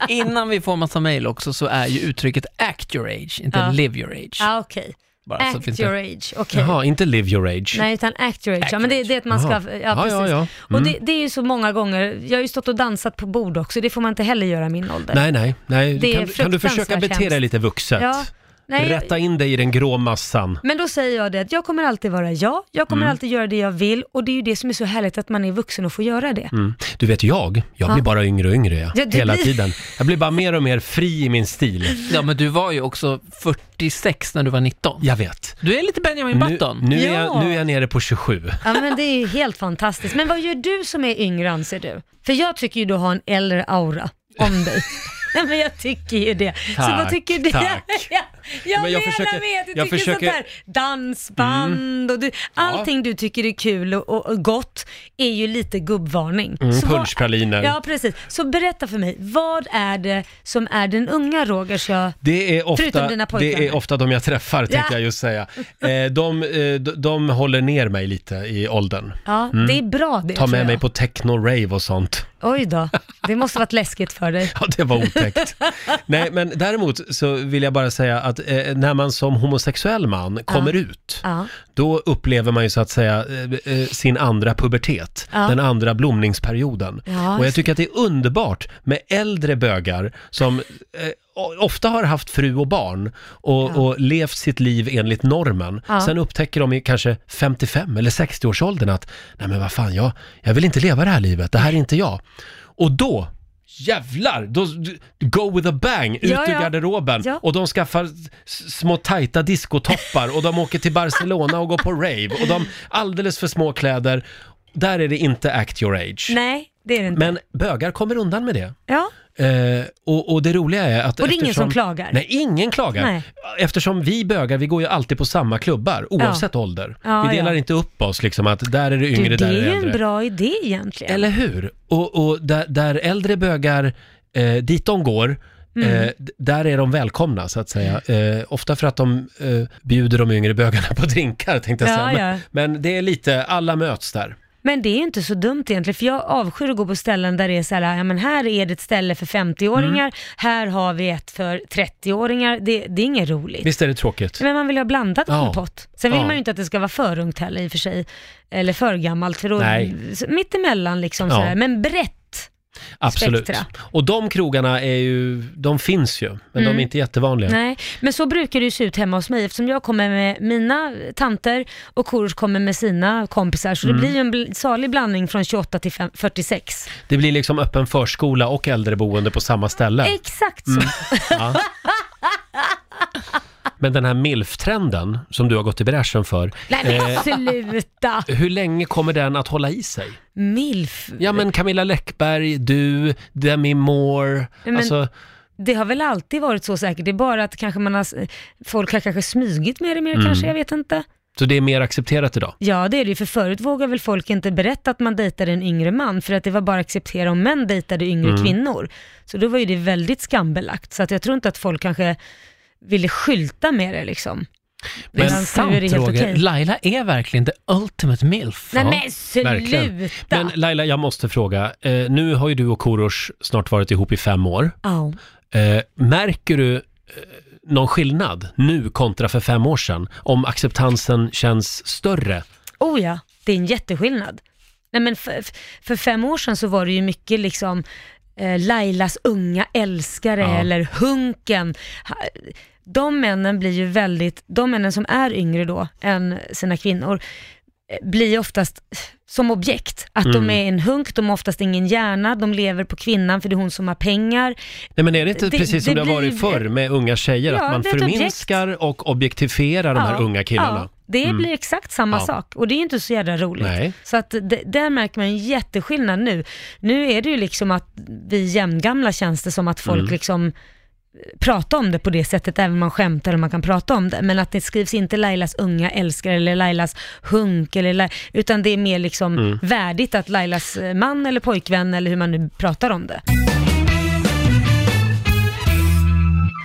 Speaker 4: Innan vi får massa mejl också så är ju uttrycket act your age, inte
Speaker 3: Ja.
Speaker 4: live your age.
Speaker 3: Ja, okej.
Speaker 4: Bara så finns
Speaker 3: Act your
Speaker 4: det-
Speaker 3: age, okej.
Speaker 2: Alltså, Jaha, inte live your age.
Speaker 3: Nej, utan act your age. Ja, men det, det är att man ska...
Speaker 2: Jaha.
Speaker 3: Ja,
Speaker 2: Ja,
Speaker 3: precis.
Speaker 2: ja, Mm. ja.
Speaker 3: Och det, det är ju så många gånger, jag har ju stått och dansat på bord också, det får man inte heller göra i min ålder.
Speaker 2: Nej, nej, nej.
Speaker 3: Det är
Speaker 2: Kan, kan du försöka
Speaker 3: fruktansvärt
Speaker 2: bete dig
Speaker 3: hemskt.
Speaker 2: lite vuxet?
Speaker 3: Ja. Nej, jag-
Speaker 2: Rätta in dig i den grå massan.
Speaker 3: Men då säger jag det att jag kommer alltid vara jag, jag
Speaker 2: Mm.
Speaker 3: kommer alltid göra det jag vill och det är ju det som är så härligt att man är vuxen och får göra det.
Speaker 2: Mm. Du vet, jag, jag blir bara yngre och yngre jag,
Speaker 3: Ja, du
Speaker 2: hela
Speaker 3: blir-
Speaker 2: tiden. Jag blir bara mer och mer fri i min stil.
Speaker 4: Ja, men du var ju också 46 när du var 19.
Speaker 2: Jag vet.
Speaker 4: Du är lite Benjamin
Speaker 2: Nu,
Speaker 4: Button.
Speaker 2: nu, är jag,
Speaker 3: Ja.
Speaker 2: nu är jag nere på 27.
Speaker 3: Ja men det är ju helt fantastiskt. Men vad gör du som är yngre anser du? För jag tycker ju du har en äldre aura om dig. Nej men jag tycker ju det. så vad
Speaker 2: Tack,
Speaker 3: tycker du?
Speaker 2: tack.
Speaker 3: Jag,
Speaker 2: Men jag
Speaker 3: menar
Speaker 2: försöker-
Speaker 3: med att du
Speaker 2: jag
Speaker 3: tycker
Speaker 2: försöker- Mm.
Speaker 3: sånt här dansband och du, allting du tycker är kul och, och, och gott är ju lite gubbvarning.
Speaker 2: Mm,
Speaker 3: Så vad-
Speaker 2: punschpraliner.
Speaker 3: Ja, precis. Så berätta för mig, vad är det som är den unga Rogers jag...
Speaker 2: Det är, ofta,
Speaker 3: Förutom dina pojkvänner.
Speaker 2: det är ofta de jag träffar, tänkte
Speaker 3: Ja.
Speaker 2: jag just säga. Eh, de, eh, de, de håller ner mig lite i åldern.
Speaker 3: Ja, det är bra det
Speaker 2: Mm. Ta
Speaker 3: tror jag.
Speaker 2: med mig på techno-rave och sånt.
Speaker 3: Oj då, det måste varit läskigt för dig.
Speaker 2: Ja, det var otäckt. Nej, men däremot så vill jag bara säga att eh, när man som homosexuell man kommer ut,
Speaker 3: Ja.
Speaker 2: då upplever man ju så att säga eh, eh, sin andra pubertet,
Speaker 3: Ja.
Speaker 2: den andra blomningsperioden.
Speaker 3: Ja,
Speaker 2: och jag
Speaker 3: just
Speaker 2: tycker att det är underbart med äldre bögar som eh, o- ofta har haft fru och barn och, och levt sitt liv enligt normen.
Speaker 3: Ja.
Speaker 2: Sen upptäcker de i kanske 55 eller 60-årsåldern att nej men vad fan, jag, jag vill inte leva det här livet, det här är inte jag. Och då Jävlar! Då, d- go with a bang, ut
Speaker 3: Ja,
Speaker 2: ur
Speaker 3: ja.
Speaker 2: garderoben
Speaker 3: Ja.
Speaker 2: och de skaffar s- små tajta diskotoppar och de åker till Barcelona och går på rave och de alldeles för små kläder. Där är det inte act your age.
Speaker 3: Nej, det är det inte.
Speaker 2: Men bögar kommer undan med det.
Speaker 3: Ja,
Speaker 2: Eh, och, och det roliga är att
Speaker 3: Och det är ingen
Speaker 2: eftersom-
Speaker 3: som klagar?
Speaker 2: Nej, ingen klagar.
Speaker 3: Nej.
Speaker 2: Eftersom vi bögar, vi går ju alltid på samma klubbar oavsett ålder.
Speaker 3: Ja,
Speaker 2: vi delar
Speaker 3: ja.
Speaker 2: inte upp oss liksom att där är det yngre,
Speaker 3: du, det
Speaker 2: där är
Speaker 3: är
Speaker 2: det
Speaker 3: ju en
Speaker 2: äldre.
Speaker 3: bra idé egentligen.
Speaker 2: Eller hur? Och, och där, där äldre bögar, eh, dit de går,
Speaker 3: Mm.
Speaker 2: eh, d- där är de välkomna så att säga. Eh, ofta för att de eh, bjuder de yngre bögarna på drinkar tänkte jag
Speaker 3: Ja,
Speaker 2: säga.
Speaker 3: ja.
Speaker 2: Men, men det är lite, alla möts där.
Speaker 3: Men det är ju inte så dumt egentligen, för jag avskyr att gå på ställen där det är så här, ja men här är det ett ställe för
Speaker 2: Mm.
Speaker 3: 50-åringar, här har vi ett för 30-åringar, det, det är inget roligt.
Speaker 2: Visst är det tråkigt?
Speaker 3: Men man vill ju ha blandat
Speaker 2: Ja.
Speaker 3: kompott. Sen vill
Speaker 2: Ja.
Speaker 3: man ju inte att det ska vara för ungt heller i och för sig, eller för gammalt, för då,
Speaker 2: Nej.
Speaker 3: så mitt emellan liksom
Speaker 2: Ja.
Speaker 3: sådär, men brett.
Speaker 2: Absolut.
Speaker 3: spektra.
Speaker 2: Och de krogarna är ju, de finns ju, men de är inte jättevanliga.
Speaker 3: Mm. Nej, men så brukar det ju se ut hemma hos mig eftersom jag kommer med mina tanter och Korosh kommer med sina kompisar. Så det blir ju en bl- salig blandning från 28 till fem- 46.
Speaker 2: Det blir liksom öppen förskola och äldreboende på samma ställe.
Speaker 3: Exakt så.
Speaker 2: Ja. Men den här milf-trenden som du har gått i bräschen för,
Speaker 3: Nej men sluta!
Speaker 2: hur länge kommer den att hålla i sig?
Speaker 3: Milf,
Speaker 2: Ja men Camilla Läckberg, du, Demi Moore,
Speaker 3: Men-
Speaker 2: alltså,
Speaker 3: det har väl alltid varit så säkert. Det är bara att kanske man har, folk har kanske smugit med det mer kanske, jag vet inte.
Speaker 2: så det är mer accepterat idag?
Speaker 3: Ja det är det ju, för förut vågade väl folk inte berätta att man dejtade en yngre man för att det var bara att acceptera om män dejtade yngre
Speaker 2: Mm.
Speaker 3: kvinnor. Så då var ju det väldigt skambelagt. Så att jag tror inte att folk kanske ville skylta med det liksom.
Speaker 4: Det är
Speaker 3: Medan nu
Speaker 4: sant
Speaker 3: är det helt
Speaker 4: Roger,
Speaker 3: okej.
Speaker 4: Laila är verkligen the ultimate milf.
Speaker 3: Nej
Speaker 2: Ja,
Speaker 3: men sluta!
Speaker 2: verkligen. Men Laila, jag måste fråga, eh, nu har ju du och Korosh snart varit ihop i fem år.
Speaker 3: Ja.
Speaker 2: Eh, märker du eh, någon skillnad nu kontra för fem år sedan? Om acceptansen känns större?
Speaker 3: Oh ja, det är en jätteskillnad. Nej, men för, för fem år sedan så var det ju mycket liksom eh, Lailas unga älskare
Speaker 2: Ja.
Speaker 3: eller Hunken. Ha- De männen blir ju väldigt, de männen som är yngre då än sina kvinnor, eh, blir oftast som objekt. Att de är en hunk, de har oftast ingen hjärna, de lever på kvinnan för det är hon som har pengar.
Speaker 2: Nej men är det inte
Speaker 3: Det-
Speaker 2: precis som det,
Speaker 3: det
Speaker 2: har varit
Speaker 3: blir-
Speaker 2: förr med unga tjejer?
Speaker 3: Ja,
Speaker 2: att man
Speaker 3: det är ett objekt.
Speaker 2: förminskar och objektifierar de här unga killarna? Mm.
Speaker 3: Ja, det blir exakt samma
Speaker 2: Ja.
Speaker 3: sak och det är ju inte så jävla roligt.
Speaker 2: Nej.
Speaker 3: Så att det, där märker man en jätteskillnad nu. Nu är det ju liksom att vi jämngamla känns det som att folk
Speaker 2: Mm.
Speaker 3: liksom pratar om det på det sättet, även om man skämtar och man kan prata om det. Men att det skrivs inte Lailas unga älskare eller Lailas hunk, eller Lai- utan det är mer liksom
Speaker 2: Mm.
Speaker 3: värdigt att Lailas eh, man eller pojkvän eller hur man nu pratar om det.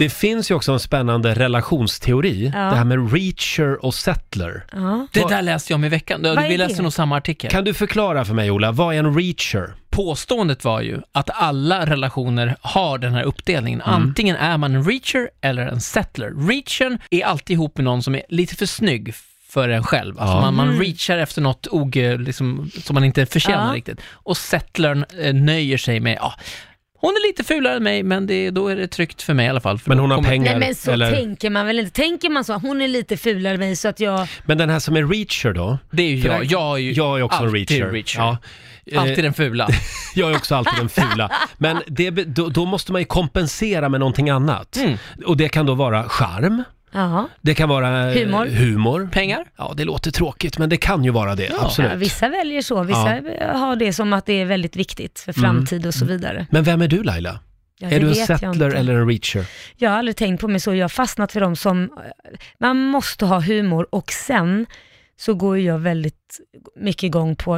Speaker 2: Det finns ju också en spännande relationsteori,
Speaker 3: Ja.
Speaker 2: det här med reacher och settler.
Speaker 3: Ja.
Speaker 4: Det där läste jag om i veckan.
Speaker 3: Vad är
Speaker 4: Vi läste
Speaker 3: det?
Speaker 4: nog samma artikel.
Speaker 2: Kan du förklara för mig Ola, vad är en reacher?
Speaker 4: Påståendet var ju att alla relationer har den här uppdelningen. Antingen är man en reacher eller en settler. Reachern är alltid ihop med någon som är lite för snygg för en själv. Alltså
Speaker 2: Ja.
Speaker 4: man, man reachar efter något og, liksom, som man inte förtjänar
Speaker 3: Ja.
Speaker 4: riktigt. Och settlern eh, nöjer sig med, ja, hon är lite fulare än mig, men det, då är det tryggt för mig i alla fall. För
Speaker 2: Men
Speaker 4: då
Speaker 2: hon har
Speaker 4: kommer-
Speaker 2: pengar?
Speaker 3: Nej men så
Speaker 2: eller?
Speaker 3: tänker man väl inte? Tänker man så, hon är lite fulare än mig så att jag...
Speaker 2: Men den här som är reacher då?
Speaker 4: Det är ju
Speaker 2: För
Speaker 4: jag.
Speaker 2: där-
Speaker 4: Jag är ju
Speaker 2: Jag är också en
Speaker 4: alltid
Speaker 2: reacher. Ja. Eh,
Speaker 4: Alltid den fula.
Speaker 2: Jag är också alltid den fula. Men det, be- då, då måste man ju kompensera med någonting annat.
Speaker 4: Mm.
Speaker 2: Och det kan då vara charm,
Speaker 3: Ja,
Speaker 2: det kan vara eh,
Speaker 3: Humor.
Speaker 2: humor.
Speaker 4: Pengar?
Speaker 2: Ja, det låter tråkigt men det kan ju vara det, absolut.
Speaker 3: ja vissa väljer så, vissa har det som att det är väldigt viktigt för framtid och så vidare.
Speaker 2: Men vem Mm. är du Laila?
Speaker 3: Ja, det
Speaker 2: Är du en
Speaker 3: vet jag
Speaker 2: settler
Speaker 3: inte.
Speaker 2: eller en reacher?
Speaker 3: Jag har aldrig tänkt på mig så, jag har fastnat för dem som, man måste ha humor och sen så går ju jag väldigt mycket igång på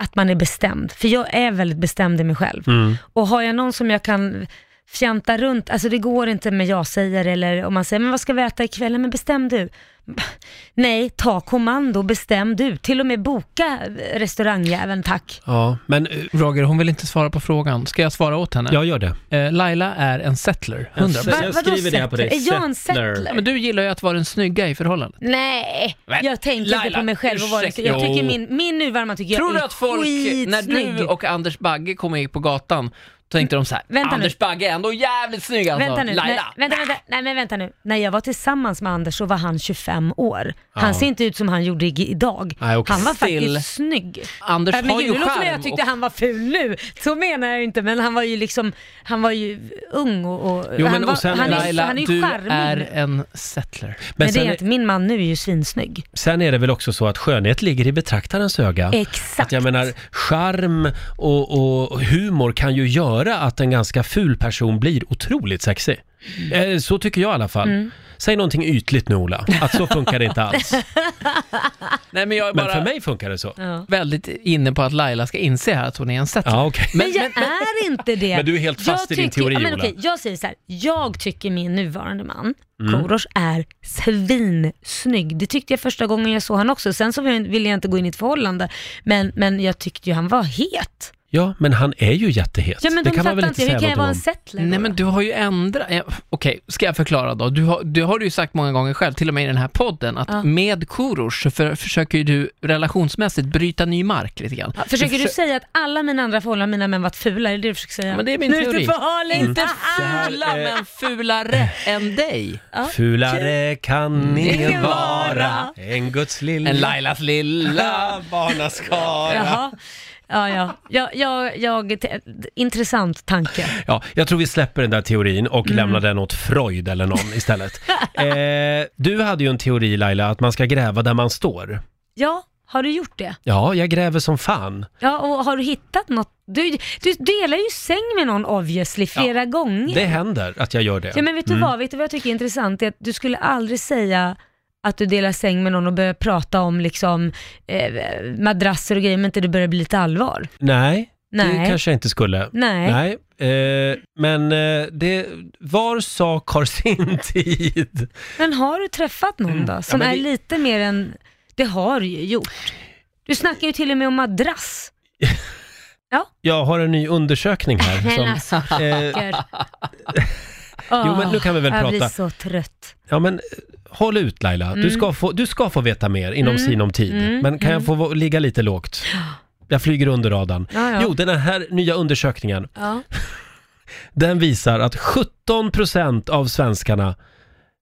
Speaker 3: att man är bestämd. För jag är väldigt bestämd i mig själv. Och har jag någon som jag kan fjanta runt, alltså det går inte med jag säger eller om man säger, men vad ska vi äta ikväll? Nej, Men bestäm du. Nej, ta kommando, bestäm du. Till och med boka restaurangjäveln, tack.
Speaker 2: Ja, men eh,
Speaker 4: Roger, hon vill inte svara på frågan. Ska jag svara åt henne?
Speaker 2: jag gör det.
Speaker 4: Eh, Laila är en settler, 100%.
Speaker 2: Jag
Speaker 3: vadå
Speaker 2: skriver det här på dig.
Speaker 3: settler? Är jag en
Speaker 2: Settler.
Speaker 3: settler?
Speaker 4: Ja, men du gillar ju att vara den snygga i förhållandet.
Speaker 3: Nej,
Speaker 4: Men,
Speaker 3: jag tänker inte
Speaker 4: Laila,
Speaker 3: på mig själv och vara så. Jag
Speaker 4: ursäkta.
Speaker 3: tycker min, min nuvarande tycker
Speaker 4: Tror
Speaker 3: jag
Speaker 4: du
Speaker 3: är
Speaker 4: att folk, när du
Speaker 3: skitsnygg.
Speaker 4: och Anders Bagge kom in på gatan, tänkte de så här,
Speaker 3: Vänta nu.
Speaker 4: Anders Bagge är ändå jävligt snygg alltså.
Speaker 3: Vänta nu, nej,
Speaker 4: Laila.
Speaker 3: vänta, vänta, nej men vänta nu. När jag var tillsammans med Anders så var han 25 år. Han ser inte ut som han gjorde i- idag.
Speaker 2: Nej, okej.
Speaker 3: Han var
Speaker 4: Still.
Speaker 3: faktiskt snygg.
Speaker 4: Anders
Speaker 3: Nej, men
Speaker 4: har
Speaker 3: gud,
Speaker 4: ju
Speaker 3: nu låter det som att
Speaker 4: charm
Speaker 3: jag tyckte
Speaker 4: och-
Speaker 3: han var ful nu. Så menar jag ju inte, men han var ju liksom, han var ju ung och, och,
Speaker 2: men
Speaker 3: han, var,
Speaker 2: och sen,
Speaker 3: han, är,
Speaker 4: Laila,
Speaker 3: han är ju
Speaker 4: du
Speaker 3: charmig.
Speaker 4: är
Speaker 3: men
Speaker 4: en settler.
Speaker 2: Men
Speaker 3: det
Speaker 2: sen
Speaker 3: är
Speaker 2: är,
Speaker 3: att min man nu är ju svinsnygg.
Speaker 2: sen är det väl också så att skönhet ligger i betraktarens öga.
Speaker 3: Exakt.
Speaker 2: Att jag menar, charm och, och humor kan ju göra att en ganska ful person blir otroligt sexig. Eh, Så tycker jag i alla fall.
Speaker 3: Mm.
Speaker 2: Säg någonting ytligt nu Ola, att så funkar det inte alls.
Speaker 4: Nej men jag är
Speaker 2: Men
Speaker 4: bara
Speaker 2: för mig funkar det så.
Speaker 3: Ja.
Speaker 4: väldigt inne på att Laila ska inse här att hon är en settler.
Speaker 2: Ja, okej.
Speaker 3: Men, jag är inte det.
Speaker 2: Men du är helt fast
Speaker 3: jag
Speaker 2: i din
Speaker 3: tycker-
Speaker 2: teori,
Speaker 3: ja, men
Speaker 2: Ola.
Speaker 3: okej, Jag säger så här, jag tycker min nuvarande man,
Speaker 2: Mm.
Speaker 3: Korosh, är svinsnygg. Det tyckte jag första gången jag såg han också. Sen så ville jag inte gå in i ett förhållande, men, men jag tyckte ju han var het.
Speaker 2: Ja, men han är ju jättehet.
Speaker 3: Ja men
Speaker 2: det
Speaker 3: de
Speaker 2: kan man väl inte
Speaker 3: fattar inte,
Speaker 2: säga
Speaker 3: hur kan jag vara en
Speaker 2: någonting
Speaker 3: settler?
Speaker 4: Nej
Speaker 3: då?
Speaker 4: men du har ju ändrat, ja, okej ska jag förklara då. Du har, du har du ju sagt många gånger själv, till och med i den här podden, att
Speaker 3: Ja.
Speaker 4: med Korosh så för, försöker ju du relationsmässigt bryta ny mark lite grann.
Speaker 3: Ja, Försöker du
Speaker 4: försö-
Speaker 3: säga att alla mina andra förhållanden, mina män varit fula? Är det det du försöker säga?
Speaker 4: Men det är min
Speaker 3: nu
Speaker 4: teori.
Speaker 3: Ute på hal is.
Speaker 4: Inte
Speaker 2: här
Speaker 4: fula
Speaker 2: är-
Speaker 4: men fulare än dig.
Speaker 3: Ja.
Speaker 2: om. Fulare kan ingen
Speaker 3: Ingen vara.
Speaker 2: vara än Guds lilla...
Speaker 4: En Lailas lilla.
Speaker 2: barnaskara.
Speaker 3: Jaha. Ja, ja. Jag, jag, jag, t- intressant tanke.
Speaker 2: Ja, jag tror vi släpper den där teorin och
Speaker 3: Mm.
Speaker 2: lämnar den åt Freud eller någon istället. eh, du hade ju en teori Laila, att man ska gräva där man står.
Speaker 3: Ja, har du gjort det?
Speaker 2: Ja, jag gräver som fan.
Speaker 3: Ja, och har du hittat något? Du, du delar ju säng med någon obviously flera gånger.
Speaker 2: Det Mm. händer att jag gör det.
Speaker 3: Ja, men vet du vad? Vet du vad jag tycker är intressant? Det är att du skulle aldrig säga att du delar säng med någon och börjar prata om liksom, eh, madrasser och grejer, men inte det börjar bli lite allvar.
Speaker 2: Nej, det
Speaker 3: Nej.
Speaker 2: kanske jag inte skulle.
Speaker 3: Nej.
Speaker 2: Eh, men eh, det, var sak har sin tid.
Speaker 3: Men har du träffat någon då, som
Speaker 2: Mm. men
Speaker 3: är
Speaker 2: det-
Speaker 3: lite mer än, det har du ju gjort. Du snackar ju till och med om madrass.
Speaker 2: Jag har en ny undersökning här.
Speaker 3: Men
Speaker 2: Som,
Speaker 3: alltså,
Speaker 2: eh,
Speaker 3: fucker.
Speaker 2: jo, men nu kan vi väl
Speaker 3: jag blir
Speaker 2: prata.
Speaker 3: så trött.
Speaker 2: Ja, men eh, håll ut Laila.
Speaker 3: Mm.
Speaker 2: Du, ska få, du ska få veta mer inom sinom tid. Men kan jag få vå- ligga lite lågt? Jag flyger under radarn.
Speaker 3: Ja, ja.
Speaker 2: Jo, den här nya undersökningen,
Speaker 3: Ja.
Speaker 2: den visar att 17% av svenskarna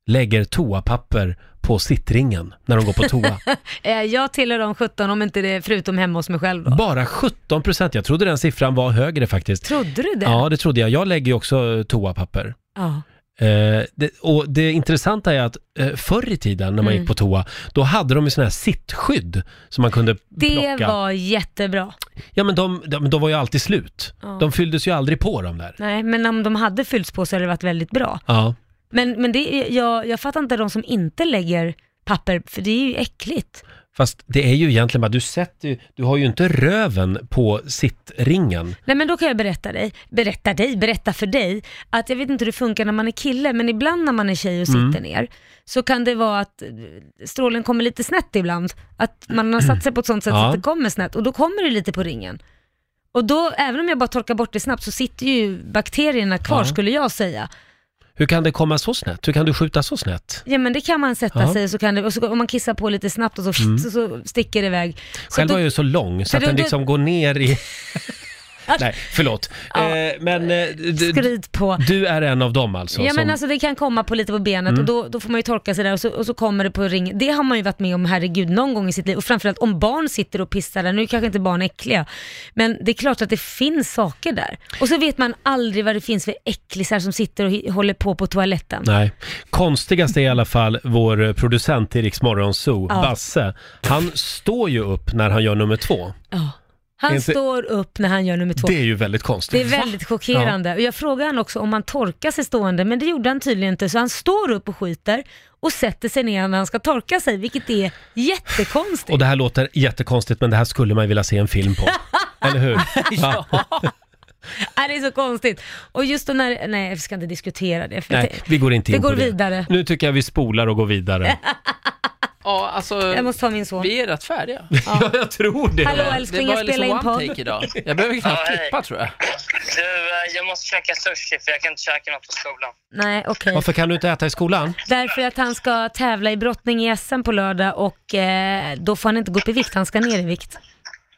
Speaker 2: lägger toapapper på sittringen när de går på toa.
Speaker 3: Eh, Jag tillhör de 17, om inte det är förutom hemma hos mig själv då.
Speaker 2: Bara 17%, jag trodde den siffran var högre faktiskt.
Speaker 3: Trodde du det?
Speaker 2: Ja, det trodde jag. Jag lägger ju också eh, toapapper.
Speaker 3: ja.
Speaker 2: Eh, det, och det intressanta är att eh, förr i tiden när man
Speaker 3: Mm.
Speaker 2: gick på toa, då hade de ju sådana här sittskydd som man kunde
Speaker 3: Det
Speaker 2: plocka.
Speaker 3: var jättebra.
Speaker 2: Ja men de, de, de var ju alltid slut.
Speaker 3: Ja.
Speaker 2: De fylldes ju aldrig på de där.
Speaker 3: Nej, men om de hade fyllts på så hade det varit väldigt bra.
Speaker 2: Ja.
Speaker 3: Men, men det, är- jag, jag fattar inte de som inte lägger papper, för det är ju äckligt.
Speaker 2: Fast det är ju egentligen bara, du sätter ju, du har ju inte röven på sittringen.
Speaker 3: Nej men då kan jag berätta dig, berätta dig, berätta för dig, att jag vet inte hur det funkar när man är kille, men ibland när man är tjej och sitter
Speaker 2: Mm.
Speaker 3: ner, så kan det vara att eh, strålen kommer lite snett ibland. Att man har satt sig på ett sånt sätt
Speaker 2: Ja.
Speaker 3: så att det kommer snett, och då kommer det lite på ringen. Och då, även om jag bara torkar bort det snabbt, så sitter ju bakterierna kvar
Speaker 2: Ja.
Speaker 3: skulle jag säga.
Speaker 2: Hur kan det komma så snett? Hur kan du skjuta så snett?
Speaker 3: Ja men det kan man sätta
Speaker 2: Ja. Mm.
Speaker 3: sig och så kan det, och så, om man kissar på lite snabbt och så, så, så sticker det iväg. Så
Speaker 2: Själv
Speaker 3: då-
Speaker 2: var jag ju så lång så
Speaker 3: För
Speaker 2: att
Speaker 3: då-
Speaker 2: den
Speaker 3: då-
Speaker 2: liksom går ner i... Nej, förlåt. Eh, men eh, du,
Speaker 3: Skrid på.
Speaker 2: du är en av dem alltså?
Speaker 3: Ja men
Speaker 2: som- Mm.
Speaker 3: alltså det kan komma på lite på benet och då, då får man ju torka sig där och så, och så kommer det på ring. Det har man ju varit med om herregud någon gång i sitt liv och framförallt om barn sitter och pissar där, nu är kanske inte barn äckliga, men det är klart att det finns saker där. Och så vet man aldrig vad det finns för äcklisar som sitter och hi- håller på på toaletten.
Speaker 2: Nej. Konstigast är i alla fall vår producent i Riks Morgonzoo,
Speaker 3: Ja.
Speaker 2: Basse. Han står ju upp när han gör nummer två.
Speaker 3: Ja. Han
Speaker 2: Inte-
Speaker 3: står upp när han gör nummer två.
Speaker 2: Det
Speaker 3: Det,
Speaker 2: är ju väldigt
Speaker 3: är
Speaker 2: konstigt.
Speaker 3: väldigt chockerande. Och jag frågade han också om han torkar sig stående, men det gjorde han tydligen inte. Så han står upp och skiter och sätter sig ner när han ska torka sig, vilket är jättekonstigt.
Speaker 2: Och det här låter jättekonstigt men det här skulle man ju vilja se en film på. Eller hur?
Speaker 4: Ja.
Speaker 3: Nej, det är så konstigt. Och just då när, nej jag ska inte diskutera det. För
Speaker 2: Nej, vi går inte
Speaker 3: Vi
Speaker 2: in på
Speaker 3: går
Speaker 2: det.
Speaker 3: vidare.
Speaker 2: Nu tycker jag vi spolar och går vidare.
Speaker 4: ja, alltså,
Speaker 3: det- Jag måste ta min son.
Speaker 4: vi är rätt färdiga.
Speaker 2: Ja, jag tror det.
Speaker 3: Hallå
Speaker 4: Det är
Speaker 3: älskling,
Speaker 4: bara
Speaker 3: jag spelar in
Speaker 4: liksom one
Speaker 3: podd.
Speaker 4: take idag. Jag behöver knappt
Speaker 5: Ja, hej.
Speaker 4: klippa tror jag.
Speaker 5: Du, eh, jag måste käka sushi för jag kan inte käka något på skolan.
Speaker 3: Nej, okej.
Speaker 2: Varför kan du inte äta i skolan?
Speaker 3: Därför att han ska tävla i brottning i SM på lördag och eh, då får han inte gå upp i vikt, han ska ner i vikt.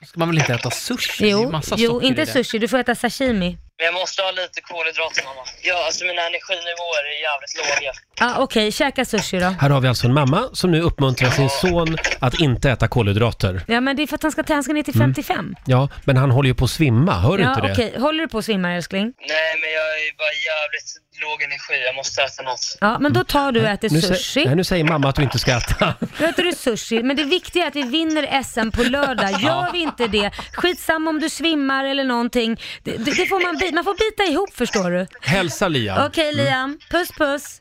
Speaker 4: Ska man väl inte äta sushi? Det är ju
Speaker 3: Jo,
Speaker 4: massa
Speaker 3: jo
Speaker 4: socker i
Speaker 3: inte
Speaker 4: det.
Speaker 3: sushi, du får äta sashimi.
Speaker 5: Men jag måste ha lite kolhydrater mamma. Ja, alltså mina energinivåer är jävligt låga.
Speaker 3: Ja, okej, käka sushi då.
Speaker 2: Här har vi alltså en mamma som nu uppmuntrar sin son att inte äta kolhydrater.
Speaker 3: Ja, men det är för att han ska, ta- han ska ner till 55.
Speaker 2: Ja, men han håller ju på att svimma, hör du
Speaker 3: Ja,
Speaker 2: inte det?
Speaker 3: okej. Håller du på att svimma älskling?
Speaker 5: Nej, men jag är bara jävligt låg energi. Jag måste äta något.
Speaker 3: Ja, men då tar du och äter
Speaker 2: Nu,
Speaker 3: sushi.
Speaker 2: Sä- nej, nu säger mamma att du inte ska äta.
Speaker 3: Då äter du sushi, men det viktiga är att vi vinner SM på lördag. Gör vi inte det, skitsamma om du svimmar eller någonting. Det, det, det får man, bi- man får bita ihop förstår
Speaker 2: Mm.
Speaker 3: du.
Speaker 2: Hälsa Liam.
Speaker 3: Okej Liam, puss puss.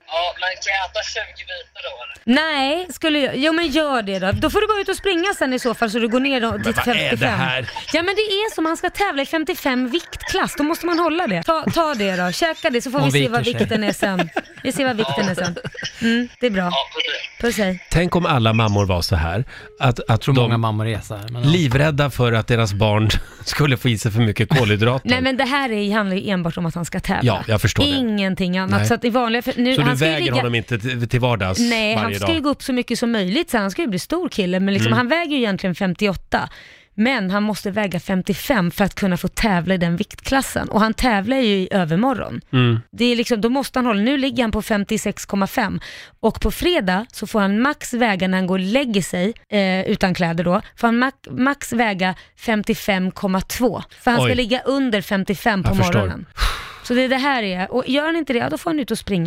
Speaker 5: Ja, men kan jag äta 20 bitar då eller?
Speaker 3: Nej, skulle jag... Jo men gör det då. Då får du bara ut och springa sen i så fall så du går ner då till 55.
Speaker 2: vad är det här?
Speaker 3: Ja men det är så, man ska tävla i 55 viktklass, då måste man hålla det. Ta, ta det då, käka det så får
Speaker 2: Hon
Speaker 3: vi se vad
Speaker 2: viker sig.
Speaker 3: vikten är sen. Vi ser vad vikten är sen. Mm, det är bra.
Speaker 5: Ja, på det.
Speaker 3: Puss hej.
Speaker 2: Tänk om alla mammor var så här. Att, att de
Speaker 4: Tror många mammor är så här. Men, ja.
Speaker 2: livrädda för att deras barn skulle få i sig för mycket kolhydrater.
Speaker 3: Nej men det här är, handlar ju enbart om att han ska tävla.
Speaker 2: Ja, jag förstår det.
Speaker 3: Ingenting annat.
Speaker 2: Nej.
Speaker 3: Så att i vanliga... För nu,
Speaker 2: så du
Speaker 3: han ska ju
Speaker 2: väger
Speaker 3: ligga-
Speaker 2: honom inte till, till vardags
Speaker 3: Nej, han
Speaker 2: varje
Speaker 3: ska
Speaker 2: dag? Mm.
Speaker 3: ju gå upp så mycket som möjligt, så han ska ju bli stor kille, men liksom, han väger ju egentligen 58. Men han måste väga 55 för att kunna få tävla i den viktklassen. Och han tävlar ju i övermorgon.
Speaker 2: Mm.
Speaker 3: Det är liksom, då måste han hålla, nu ligger han på 56,5. Och på fredag så får han max väga, när han går och lägger sig, eh, utan kläder då, får han max, max väga 55,2. För han
Speaker 2: Oj.
Speaker 3: ska ligga under 55 på
Speaker 2: Jag förstår.
Speaker 3: morgonen. Så det, är det här är, och gör han inte det, ja, då får han ut och springa.